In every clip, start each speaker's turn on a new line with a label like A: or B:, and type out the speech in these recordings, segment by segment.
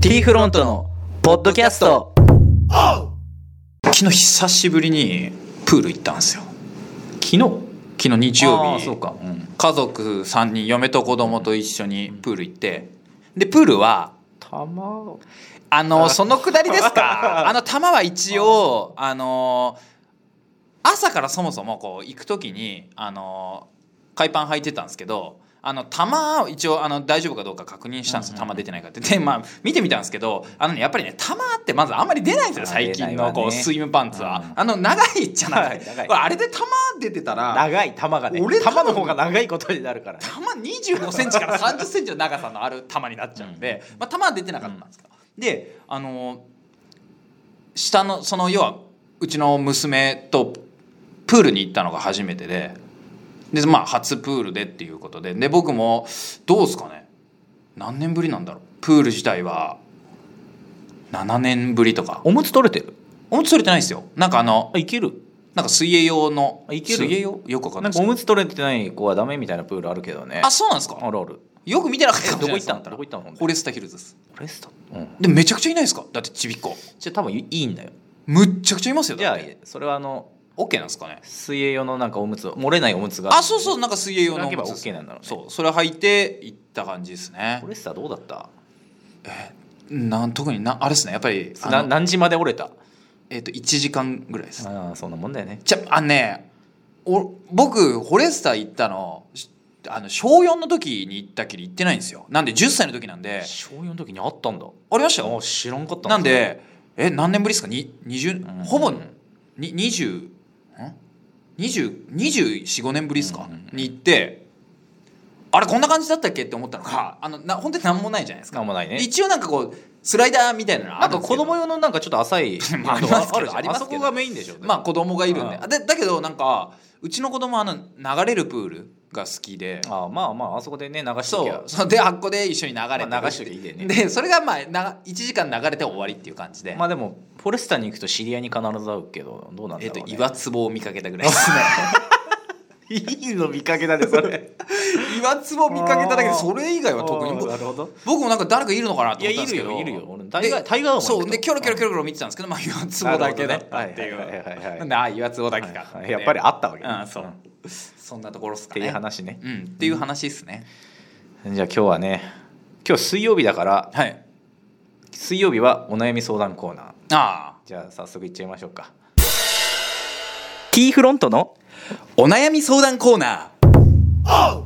A: T フロントのポッドキャスト
B: 昨日久しぶりにプール行ったんですよ
A: 昨日
B: 昨日日曜
A: あー
B: 日
A: そうかうん
B: 家族3人嫁と子供と一緒にプール行ってでプールは
A: たま
B: あのそのくだりです かあの球は一応あの朝からそもそもこう行く時にあの海パン履いてたんですけどあの球を一応あの大丈夫かどうか確認したんですよ球出てないかってでまあ見てみたんですけどあのねやっぱりね球ってまずあんまり出ないんですよ
A: あ
B: 最近
A: 出ないわ
B: の
A: ね
B: こうスイムパンツは
A: うん
B: あの長いじゃない
A: はい長い
B: あれで球出てたら
A: 長い球がね
B: 俺
A: 球
B: 多分
A: の方が長いことになるから
B: 球25センチから30センチの長さのある球になっちゃうんで、まあ、球は出てなかったんですけど、であのー下のその要はうちの娘とプールに行ったのが初めてででまあ初プールでっていうことでで僕もどうですかね何年ぶりなんだろうプール自体は7年ぶりとか
C: おむつ取れてる
B: おむつ取れてないですよなんかあの
C: あいける
B: なんか水泳用の
C: あいける
B: 水泳用よくわかん
C: ない
B: な
C: ん
B: です
C: かお
B: けど
C: むつ取れてない子はダメみたいなプールあるけどね
B: あそうなんですか
C: あるある
B: よく見てなかったかもし
C: どこ行
B: れないで
C: っ
B: す
C: たんどこ行ったのほんで
B: フォレスタヒルズです
C: フォレストうん
B: でめちゃくちゃいないですかだってちびっこ
C: じゃあ多分いいいんだよ
B: むっちゃくちゃいますよ
C: じゃ
B: だっ
C: あ
B: て
C: それはあの
B: OK なんですかね
C: 水泳用のなんかおむつ漏れないおむつが
B: あそうそうなんか水泳用の
C: それ履けば
B: おむつ
C: OK なんだろうね
B: そうそれ履いて行った感じですね
C: フォレスターどうだった
B: なん特になあれですねやっぱりあの
C: な何時まで折れた
B: えっと1時間ぐらいです
C: ああそんなもんだよね
B: じゃあのねお僕フォレスター行ったのしあの小4の時に行ったきり行ってないんですよなんで10歳の時なんで
C: 小4の時にあったんだ
B: ありました
C: あ
B: よ
C: 知らんかった
B: なんでえ何年ぶりですかに20、
C: うん
B: ほぼに20ん24245年ぶりですか、
C: うんうんうん
B: に行ってあれこんな感じだったっけって思ったのが あのな本当に何もないじゃないですか、
C: なんもないね
B: 一応なんかこうスライダーみたいなの
C: な
B: あ
C: ん
B: る
C: か
B: んです
C: 子
B: けど
C: 供用のなんかちょっと浅 い
B: まあありますけど
C: るじゃん
B: ありますけ
C: そ
B: ど
C: こがメインでしょ
B: まあ子供がいるんで
C: うん
B: あでだけどなんかうちの子供はあの流れるプールが好きで
C: ああまあまああそこでね流しと
B: そ
C: きゃ
B: うそうであっこで一緒に流れて
C: まあ流しときゃいいんだよね
B: でそれがまあな1時間流れて終わりっていう感じで
C: まあでもフォレスターに行くと知り合いに必ず会うけどどうなんだ
B: えっ
C: ろう、
B: と
C: ね、
B: 岩壺を見かけたぐらいで すね
C: いいの見かけだねそれ
B: 岩壺を見かけただけで
C: あー
B: それ以外は特に
C: あー
B: 僕
C: なるほど
B: 僕もなんか誰かいるのかなと
C: い
B: 思
C: や
B: ったん
C: い
B: です
C: る
B: けど
C: よいるよ俺大概大概は思
B: そう
C: けど
B: でキョロキョロキョロキョロ見てたんですけどまあ岩壺だけだったっていう
C: なるほどねはいはいはいはい
B: なんであ岩壺だけか
C: はいやっぱりあったわけね
B: うんそう
C: うんっ
B: そんなところっすか
C: て
B: ね
C: いう話ね
B: うんっていう話ですね
C: じゃあ今日はね今日水曜日だから
B: はい
C: 水曜日はお悩み相談コーナー
B: あ
C: じゃあ早速いっちゃいましょうか
A: T フロントの
B: あお悩み相談コーナー
C: じゃあ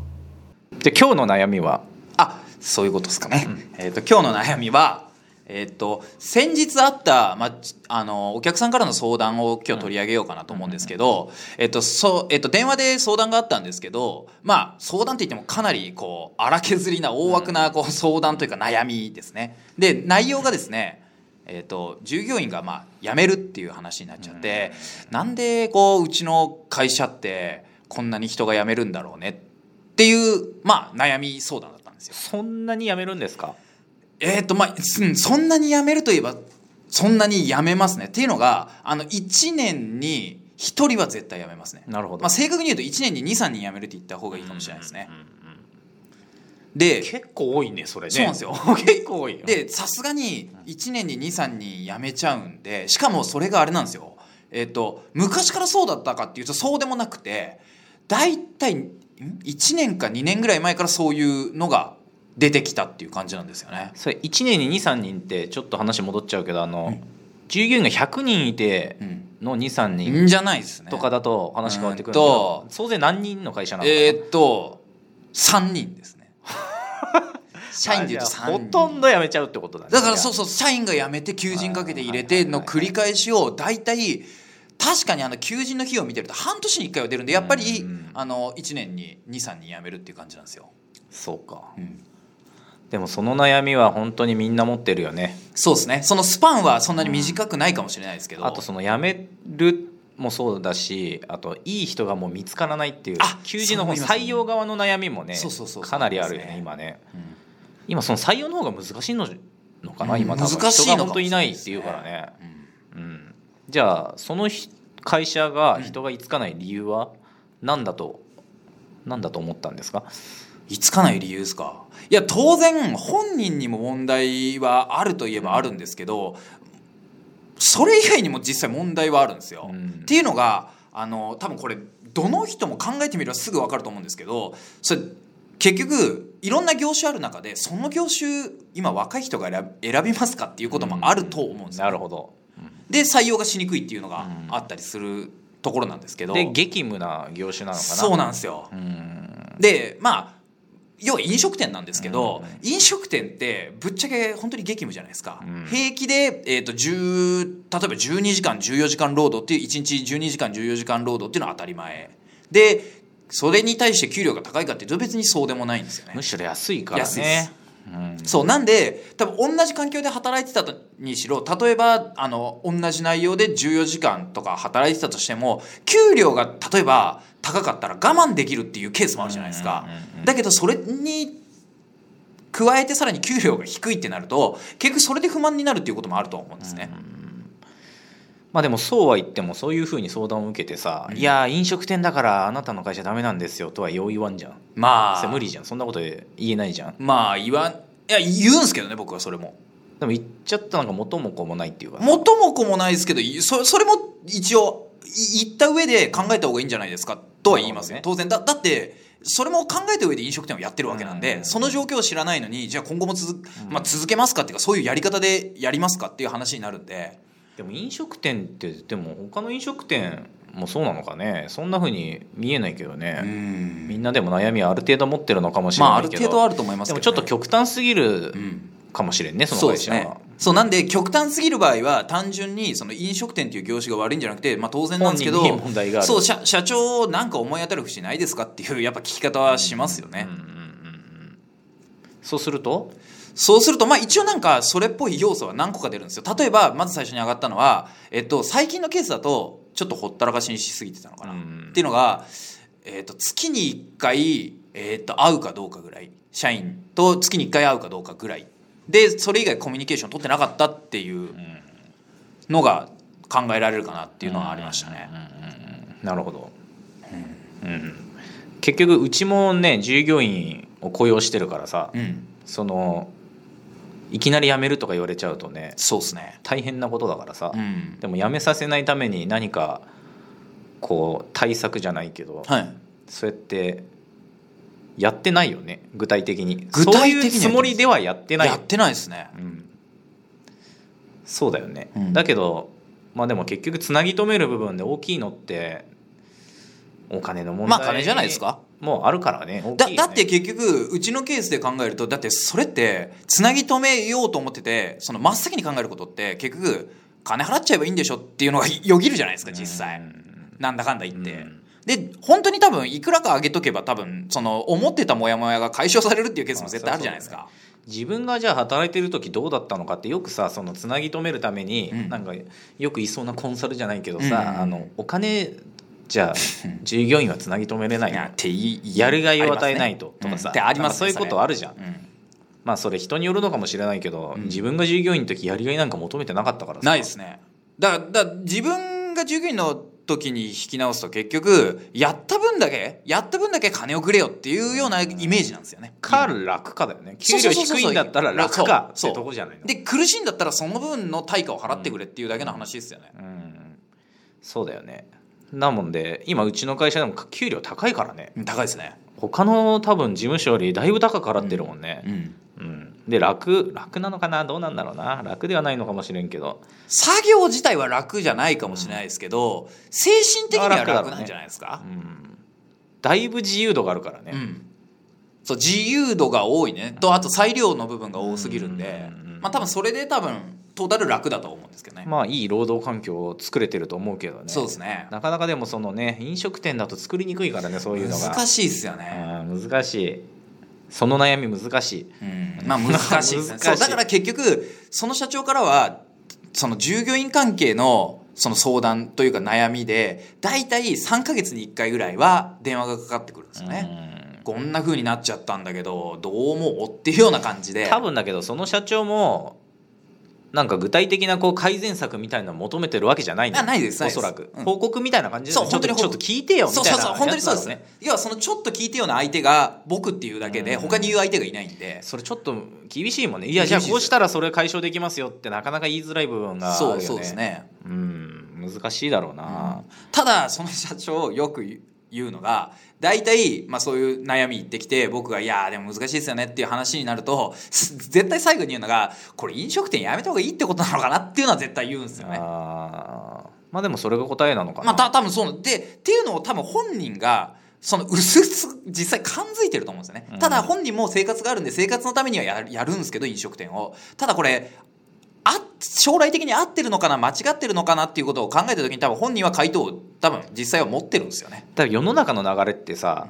C: 今日の悩みは
B: あそういうことですかね、えっと今日の悩みはえっ、と先日あった、まあち、あのお客さんからの相談を今日取り上げようかなと思うんですけど、えっとそうえっと電話で相談があったんですけどまあ相談といってもかなりこう荒削りな大枠なこう相談というか悩みですねで内容がですねえっと従業員がまあ辞めるっていう話になっちゃって、なんでこううちの会社ってこんなに人が辞めるんだろうねっていうまあ悩み相談だったんですよ。
C: そんなに辞めるんですか
B: えっ、とまあうんそんなに辞めるといえばそんなに辞めますねっていうのがあの1年に1人は絶対辞めますね、
C: なるほど、
B: まあ、正確に言うと1年に23人辞めるって言った方がいいかもしれないですね、
C: うんうんうん
B: で
C: 結構多いねそれね
B: そうな んですよ
C: 結構多いよ
B: でさすがに1年に23人辞めちゃうんでしかもそれがあれなんですよえっ、と昔からそうだったかっていうとそうでもなくて大体ん1年か2年ぐらい前からそういうのが出てきたっていう感じなんですよね
C: それ1年に23人ってちょっと話戻っちゃうけどあの、従業員が100人いて
B: うん
C: の23人
B: んじゃないですね
C: とかだと話変わってくるんだけ
B: う
C: ど
B: んと
C: 総勢何人の会社なのかな、
B: えーっと3人で すね社員でいうと
C: あじゃあ
B: 3人
C: ほとんど辞めちゃうってことだね
B: だからそう
C: じ
B: そう社員が辞めて求人かけて入れ
C: は
B: て
C: いはいはい
B: の
C: はい
B: 繰り返しを大体確かにあの求人の費用を見てると半年に1回は出るんでやっぱり
C: うん
B: あの1年に23人辞めるっていう感じなんですよ、
C: ゃあそうか
B: うん
C: でもその悩みは本当にみんな持ってるよね
B: そうですねそのスパンはそんなに短くないかもしれないですけど、
C: あとその辞めるもそうだしあといい人がもう見つからないっていう
B: あ
C: 求人の方
B: それも言いますね
C: 採用側の悩みもね
B: そうそうそうそう
C: かなりあるよね
B: そうですね
C: 今ね
B: うん
C: 今その採用の方が難しいののかな、
B: うん
C: 今多分
B: 難しいのか
C: 人が本当いないっていうからね
B: うん
C: うん、じゃあそのひ会社が人が居つかない理由は何だと、なん、だと思ったんですか
B: いつかない理由ですかいや当然本人にも問題はあるといえばあるんですけどそれ以外にも実際問題はあるんですよ。
C: うん
B: っていうのがあの多分これどの人も考えてみればすぐ分かると思うんですけどそれ結局いろんな業種ある中でその業種今若い人が選び選びますかっていうこともあると思うんですよ。
C: なるほど
B: で採用がしにくいっていうのが
C: うん
B: あったりするところなんですけど、
C: で激務な業種なのかな
B: そうなんですよ。
C: うん
B: でまあ要は飲食店なんですけど、
C: うん
B: 飲食店ってぶっちゃけ本当に激務じゃないですか、
C: うん
B: 平気で、えー、と10例えば12時間14時間労働っていう1日12時間14時間労働っていうのは当たり前でそれに対して給料が高いかっていうと別にそうでもないんですよね
C: むしろ安いから
B: 安いです
C: ねうん
B: そうなんで多分同じ環境で働いてたとにしろ例えばあの同じ内容で14時間とか働いてたとしても給料が例えば高かったら我慢できるっていうケースもあるじゃないですか
C: うんうんうんう。ん
B: だけどそれに加えてさらに給料が低いってなると結局それで不満になるっていうこともあると思うんですね。
C: まあでもそうは言ってもそういうふうに相談を受けてさ「いやー飲食店だからあなたの会社ダメなんですよ」とはよう言わんじゃん
B: ま
C: そ
B: あ
C: れ無理じゃんそんなこと言えないじゃん
B: まあ言わんいや言うんですけどね僕はそれも。
C: でも言っちゃったのが元も子もないっていうかさ
B: 元も子もないですけどいそそれも一応い言った上で考えた方がいいんじゃないですかとは言いますよ、
C: なる
B: 当然だだってそれも考えた上で飲食店をやってるわけなんで、
C: うん
B: その状況を知らないのにじゃあ今後も続,、まあ、続けますかっていうかそういうやり方でやりますかっていう話になるんで
C: でも飲食店ってでも他の飲食店もそうなのかねそんなふうに見えないけどね、みんなでも悩みはある程度持ってるのかもしれ
B: まあ
C: な
B: あ
C: い
B: る
C: け
B: 程
C: ど、
B: 度はあると思います
C: で
B: けど、
C: も
B: ね、
C: ちょっと極端すぎる
B: うん
C: かもしれんね、そ
B: そう
C: の
B: で
C: 会
B: す
C: 社
B: ね
C: は。
B: そうなんで極端すぎる場合は単純にその飲食店っていう業種が悪いんじゃなくて、まあ、当然なんですけど
C: 本人に問題がある
B: そう社社長なんか思い当たる節ないですかっていうやっぱ聞き方はしますよね、
C: うんうんうんうんそうすると
B: そうすると、まあ、一応なんかそれっぽい要素は何個か出るんですよ例えばまず最初に上がったのは、えっと、最近のケースだとちょっとほったらかしにしすぎてたのかな、
C: うん
B: っていうのが、えっと、月に1回、えっと、会うかどうかぐらい社員と月に1回会うかどうかぐらいでそれ以外コミュニケーション取ってなかったっていうのが考えられるかなっていうのはありましたね。
C: なるほど、うん結局うちもね従業員を雇用してるからさ、
B: うん、
C: そのいきなり辞めるとか言われちゃうとね
B: そうですね、
C: 大変なことだからさ、
B: うん
C: でも辞めさせないために何かこう対策じゃないけど、
B: はい、
C: そうやってやってないよね具体的に
B: 具体的には
C: そういうつもりではやってない
B: やってないですね。
C: うん、そうだよね、
B: うん
C: だけどまあでも結局つなぎ止める部分で大きいのってお金の問題
B: まあ金じゃないですか
C: もうあるからね大
B: だ
C: きいよね
B: だって結局うちのケースで考えるとだってそれってつなぎ止めようと思っててその真っ先に考えることって結局金払っちゃえばいいんでしょっていうのがよぎるじゃないですか実際
C: うん
B: なんだかんだ言って。
C: うん
B: で本当に多分いくらか上げとけば多分その思ってたモヤモヤが解消されるっていうケースも絶対あるじゃないですか。
C: 自分がじゃあ働いてる時どうだったのかってよくさそのつなぎ止めるために、
B: うん
C: なんかよく言いそうなコンサルじゃないけどさ、
B: うんうんうん
C: あのお金じゃあ 従業員はつなぎ止めれない
B: いや
C: よ
B: っていい
C: やるがいを与えないと、
B: あり
C: とか
B: ますね
C: さ、
B: うんってあります
C: な
B: ね
C: んかそういうことあるじゃん
B: それうん
C: まあそれ人によるのかもしれないけど、
B: うん
C: 自分が従業員の時やりがいなんか求めてなかったからさ
B: ないですねだだ自分が従業員の時に引き直すと結局やった分だけやった分だけ金をくれよっていうようなイメージなんですよね。
C: か楽かだよね給
B: そうそ
C: 料
B: うそうそう
C: 低いんだったら楽かっ
B: そう
C: てとこじゃないの
B: で苦しいんだったらその分の対価を払ってくれっていうだけの話ですよね。
C: うんそうだよねなもんで今うちの会社でも給料高いからね
B: うん高いですね。
C: 他の多分事務所よりだいぶ高く払ってるもん
B: う
C: ね、
B: ん、
C: うんで楽楽なのかなどうなんだろうな楽ではないのかもしれんけど
B: 作業自体は楽じゃないかもしれないですけど精神的には
C: 楽だろう
B: 楽
C: ね
B: なんじゃないですか。
C: うんだいぶ自由度があるからね、
B: うんそう自由度が多いねとあと裁量の部分が多すぎるんで、
C: うん
B: まあ、多分それで多分トータル楽だと思うんですけどね。
C: まあいい労働環境を作れてると思うけどね
B: そうですね
C: なかなかでもそのね飲食店だと作りにくいからねそういうのが
B: 難しいですよね。
C: うん難しいその悩み難しい
B: うんまあ難しいですねそ う
C: 難しい
B: だから結局その社長からはその従業員関係のその相談というか悩みで大体3か月に1回ぐらいは電話がかかってくるんですよね。
C: ね
B: こんな風になっちゃったんだけどどう思うっていうような感じで
C: 多分だけどその社長もなんか具体的なこう改善策みたいなのを求めてるわけじゃないんだよ
B: あないです
C: お
B: ないです
C: そらく、
B: うん
C: 報告みたいな感じで
B: そう
C: ちょっと
B: 本当に報
C: ちょっ
B: 告
C: と聞いてよみた
B: そう
C: い
B: そ
C: な
B: うそう本当にそう
C: や
B: で
C: つ
B: す
C: だろ
B: ね要はそのちょっと聞いてような相手が僕っていうだけで
C: うん
B: 他に言う相手がいないんで
C: それちょっと厳しいもんねいやじゃ
B: 厳
C: あ
B: しいです
C: こうしたらそれ解消できますよってなかなか言いづらい部分があるよ、
B: そう
C: ね、
B: そうですね
C: うん難しいだろうな、
B: ただその社長よく言うのが大体、まあ、そういう悩み言ってきて僕が「いやーでも難しいですよね」っていう話になるとす絶対最後に言うのが「これ飲食店やめた方がいいってことなのかな」っていうのは絶対言うんですよね。
C: あーまあでもそれが答えなのかな、
B: まあ、た多分そうなんでっていうのを多分本人がそのうすうす実際感づいてると思うんですよね、
C: うん
B: ただ本人も生活があるんで生活のためにはやるやるんですけど飲食店をただこれあ将来的に合ってるのかな間違ってるのかなっていうことを考えた時に多分本人は回答を多分実際は持ってるんですよね
C: だから世の中の流れってさ、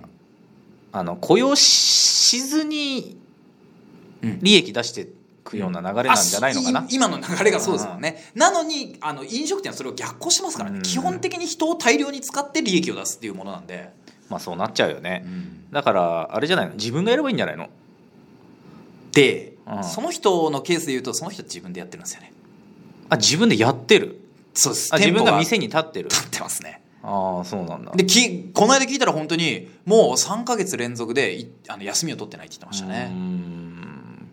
C: あの雇用ししずに
B: うん
C: 利益出してくような流れなんじゃないのかな、
B: あい今の流れがそうですもんねなのにあの飲食店はそれを逆行しますからね、
C: うん
B: 基本的に人を大量に使って利益を出すっていうものなんで、
C: まあそうなっちゃうよね、だからあれじゃないの自分がやればいいんじゃないの
B: で、
C: うん
B: その人のケースで言うとその人自分でやってるんですよね
C: あ自分でやってる
B: そうです
C: あ自分
B: 店舗
C: が店に立ってる
B: 立ってますね
C: ああそうなんだ
B: できこの間聞いたら本当にもう3か月連続でいあの休みを取ってないって言ってました
C: うー
B: ね
C: ん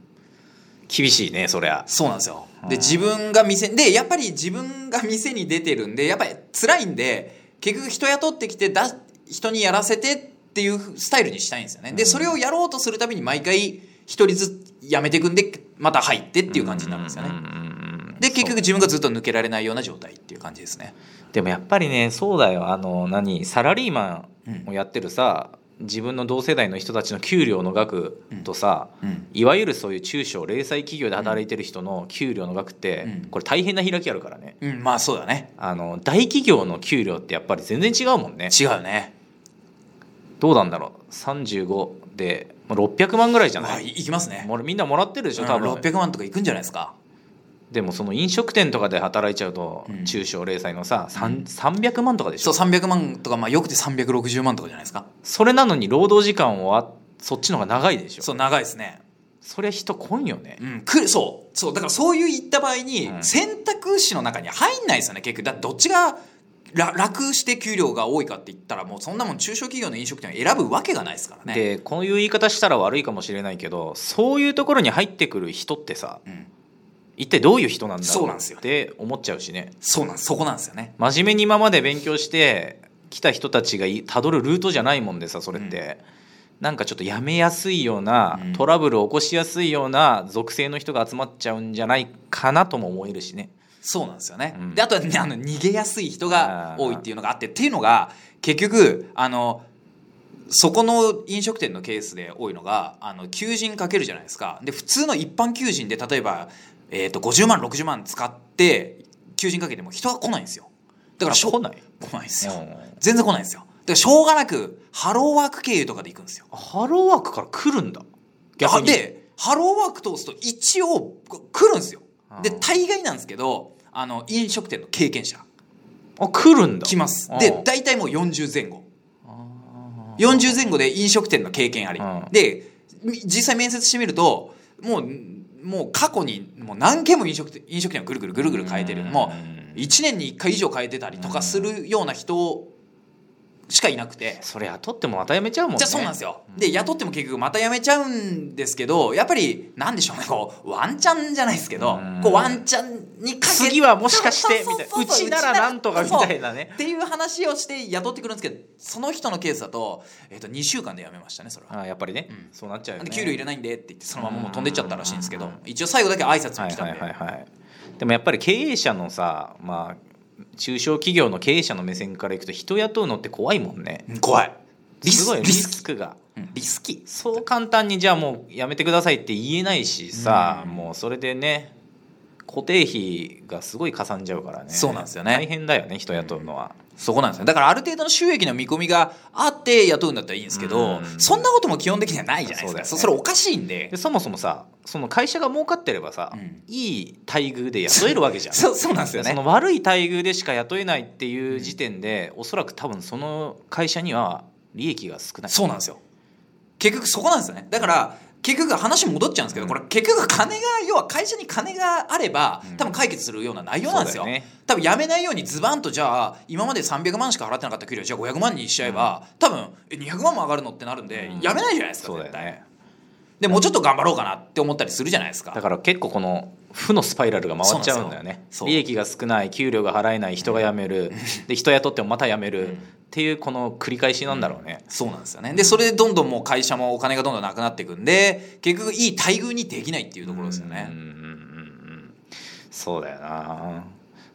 C: 厳しいねそりゃ
B: そうなんですよ
C: う
B: で
C: ん
B: 自分が店でやっぱり自分が店に出てるんでやっぱり辛いんで結局人雇ってきてだ人にやらせてっていうスタイルにしたいんですよねで
C: うん
B: それをやろうとするたびに毎回一人ずつ辞めていくんでまた入ってっていう感じになるんですよ
C: う
B: ね
C: んうんうん
B: で結局自分がずっと抜けられないような状態っていう感じですね
C: でもやっぱりねそうだよあの何サラリーマンをやってるさ、自分の同世代の人たちの給料の額とさ、
B: うん
C: いわゆるそういう中小零細企業で働いてる人の給料の額って、
B: うん
C: これ大変な開きあるからね
B: うんまあそうだね
C: あの大企業の給料ってやっぱり全然違うもんね
B: 違うよね
C: どうなんだろう35でまあ600万ぐらいじゃ
B: は
C: ないい
B: いきますね
C: もうみんなもらってるでしょ多
B: うん
C: 分
B: 600万とかいくんじゃないですか
C: でもその飲食店とかで働いちゃうと、
B: うん
C: 中小零細のさ、さん
B: うん
C: 300万とかでし
B: そ
C: ょ
B: う300万とかまあよくて360万とかじゃないですか
C: それなのに労働時間はそっちの方が長いでしょ
B: そう長いですね
C: そりゃ人来んよね
B: うんくるそうそうだからそういう言った場合に
C: うん
B: 選択肢の中に入んないですよね結局だってどっちがら楽して給料が多いかって言ったらもうそんなもん中小企業の飲食店は選ぶわけがないですからね
C: でこういう言い方したら悪いかもしれないけどそういうところに入ってくる人ってさ
B: うん、
C: 一体どういう人なんだ
B: そう
C: ろ
B: なん
C: う
B: ですよ
C: って思っちゃうしね
B: そうなんそこなんですよね
C: 真面目に今まで勉強して来た人たちがいたどるルートじゃないもんでさそれって、なんかちょっとやめやすいような、
B: うん
C: トラブルを起こしやすいような属性の人が集まっちゃうんじゃないかなとも思えるしね
B: そうなんですよね、
C: うん
B: であとは、ね、あの逃げやすい人が
C: あー
B: 多いっていうのがあってっていうのが結局あのそこの飲食店のケースで多いのがあの求人かけるじゃないですかで普通の一般求人で例えば、えー、と50万60万使って求人かけても人が来ないんですよだからしょ
C: 来ない
B: 来ないんですよ、
C: うん
B: 全然来ないんですよだからしょうがなくハローワーク経由とかで行くんですよ
C: ハローワークから来るんだ逆に
B: でハローワーク通すと一応来るんですよで
C: うん
B: 大概なんですけどあの飲食店の経験者
C: あ来るんだ
B: 来ます
C: うん
B: で大体もう40前後
C: あー
B: 40前後で飲食店の経験あり
C: うん
B: でみ実際面接してみるともうもう過去にもう何件も飲食店飲食店をぐるぐるぐるぐる変えてる
C: うん
B: もう1年に1回以上変えてたりとかするような人しかいなくて
C: それ雇ってもまた辞めちゃうもんね
B: じゃあそうなんですよで雇っても結局また辞めちゃうんですけどやっぱりなんでしょうねこうワンチャンじゃないですけど
C: うん
B: こうワンチャンにかけ
C: 次はもしかしてみたいな
B: そう
C: う
B: そうそう
C: ちならなんとかみたいなね
B: っていう話をして雇ってくるんですけどその人のケースだと,、えっと2週間で辞めましたねそれは。
C: あーやっぱりね、
B: うん
C: そうなっちゃうよ
B: で
C: ね
B: 給料いらないんでって言ってそのままもう飛んでっちゃったらしいんですけ
C: う
B: ど
C: ん
B: 一応最後だけ挨拶
C: は
B: に
C: い
B: 来た
C: はい
B: んで、
C: はいはいでもやっぱり経営者のさまあ中小企業の経営者の目線からいくと人雇うのって怖いもんね
B: うん怖いリス
C: すごい
B: リ
C: リ
B: ス
C: スクが
B: うんリスキー
C: そう簡単にじゃあもうやめてくださいって言えないしさ、
B: うん
C: もうそれでね固定費がすごいかさんじゃうからね
B: そうなんですよね
C: 大変だよね人雇うのは、
B: そこなんですよだからある程度の収益の見込みがあって雇うんだったらいいんですけど、
C: うん
B: そんなことも基本的にはないじゃないですか
C: そ
B: そ,、
C: うだよね
B: れおかしいんで
C: でそもそもさその会社が儲かってればさ、
B: うん
C: いい待遇で雇えるわけじゃ ん
B: そうそうなんですよ
C: そ
B: ね
C: の悪い待遇でしか雇えないっていう時点で、おそらく多分その会社には利益が少ない
B: そうなんですよ結局そこなんですよねだから結局話戻っちゃうんですけど、
C: うん
B: これ結局金が要は会社に金があれば多分解決するような内容なんですよ,、
C: そうだよね
B: 多分やめないようにズバンとじゃあ今まで300万しか払ってなかった給料じゃあ500万にしちゃえば、多分え200万も上がるのってなるんで、
C: うん
B: やめないじゃないですか
C: そうだ
B: 絶
C: よ
B: 対
C: ね
B: でもうちょっと頑張ろうかなって思ったりするじゃないですか
C: だから結構この負のスパイラルが回っちゃうんだよね
B: そうなんですよそう
C: 利益が少ない給料が払えない人が辞めるで人雇ってもまた辞めるっていうこの繰り返しなんだろうね、
B: そうなんですよねでそれでどんどんもう会社もお金がどんどんなくなっていくんで結局いい待遇にできないっていうところですよね、
C: うんうんうんうんそうだよな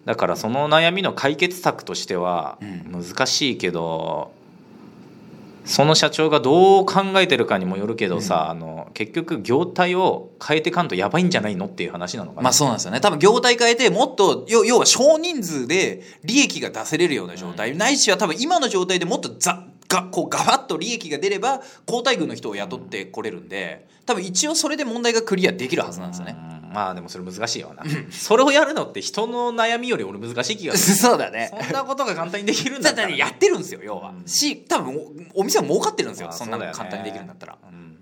C: だからその悩みの解決策としては
B: うん
C: 難しいけど、その社長がどう考えてるかにもよるけどさ、あの結局業態を変えてかんとやばいんじゃないのっていう話なのかな、
B: まあそうなんですよね多分業態変えてもっと要要は少人数で利益が出せれるような状態、ないしは多分今の状態でもっとざがこうガバッと利益が出れば交代軍の人を雇ってこれるんで多分一応それで問題がクリアできるはずなんですよね。
C: うんまあでもそれ難しいよなそれをやるのって人の悩みより俺難しい気がする
B: そうだね。
C: そんなことが簡単にできるんだ
B: だ
C: っ
B: ったて
C: ら、
B: ねやってるんですよ要は
C: う。ん
B: し多分おお店は儲かってるんですよ
C: まあ
B: そんな
C: うだよね
B: の簡単にできるんだったら。
C: うん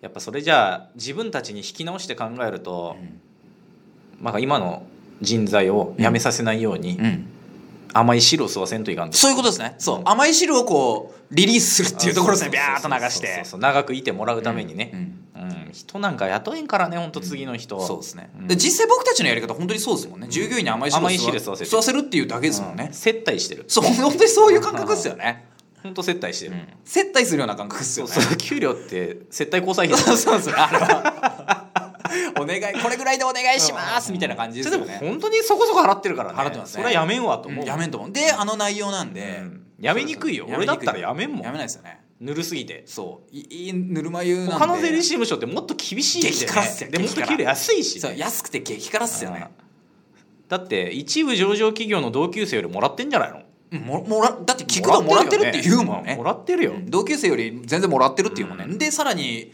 C: やっぱそれじゃあ自分たちに引き直して考えると、まあ、今の人材を辞めさせないように
B: うん
C: 甘い汁を吸わせんといかんと
B: そういうことですね。そう甘い汁をこうリリースするっていうところですねビャーっと流
C: そう
B: し
C: そう
B: て
C: そう。そう長くいてもらうために
B: う
C: ね、
B: ん
C: うん人なんか雇えんからねほんと次の人、
B: そうですね、
C: うん
B: で実際僕たちのやり方本当にそうですもんね、従業員に甘い汁を
C: 甘い汁吸わせて
B: 吸わせるっていうだけですもんね、
C: 接待してる
B: そう本当にそういう感覚ですよね、
C: ほんと接待してる、
B: 接待するような感覚です
C: そ
B: よ
C: う
B: ね
C: そう給料って接待交際費だ
B: そうそうそうあれは お願いこれぐらいでお願いしますみたいな感じですよ
C: で
B: ね
C: も本当にそこそこ払ってるからね
B: 払ってますね
C: それはやめんわと
B: うん
C: 思う、
B: やめんと思うであの内容なんで、
C: うんやめにくいよ
B: そうそう
C: 俺だったらやめんもん
B: やめないですよね
C: ぬるすぎて
B: そういいぬるま湯なんで
C: 他の税理士事務所ってもっと厳しいんで、ね、
B: 激辛っすよ
C: でもっ
B: 激
C: と給
B: 辛
C: 料安いしね、
B: そう安くて激辛っすよね
C: だって一部上場企業の同級生よりもらってんじゃないの
B: うんももらだって聞くともらってるって言うもんね
C: もらってるよ、
B: 同級生より全然もらってるっていうもんね、
C: うん
B: でさらに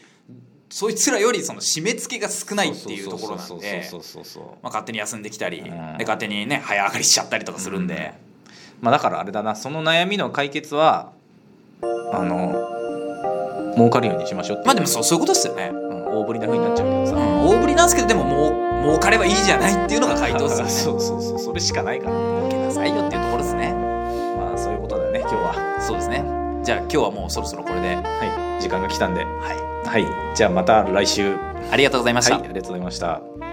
B: そいつらよりその締め付けが少ないっていうところなんで
C: そうそうそうそうそう
B: まあ勝手に休んできたり、
C: うん
B: で勝手にね早上がりしちゃったりとかするんで、
C: まあだからあれだなその悩みの解決はあの儲かるようにしましょうって
B: まあでもそうそういうことですよね、
C: うん大ぶりなふうになっちゃうけどさ、
B: 大ぶりなんですけどでももう儲かればいいじゃないっていうのが回答ですよね
C: そうそうそうそれしかないから
B: 儲けなさいよっていうところですね
C: まあそういうことだよね今日は
B: そうですねじゃあ今日はもうそろそろこれでは
C: はい時間が来たんで
B: い
C: はいじゃあまた来週はい
B: ありがとうございました、
C: ありがとうございました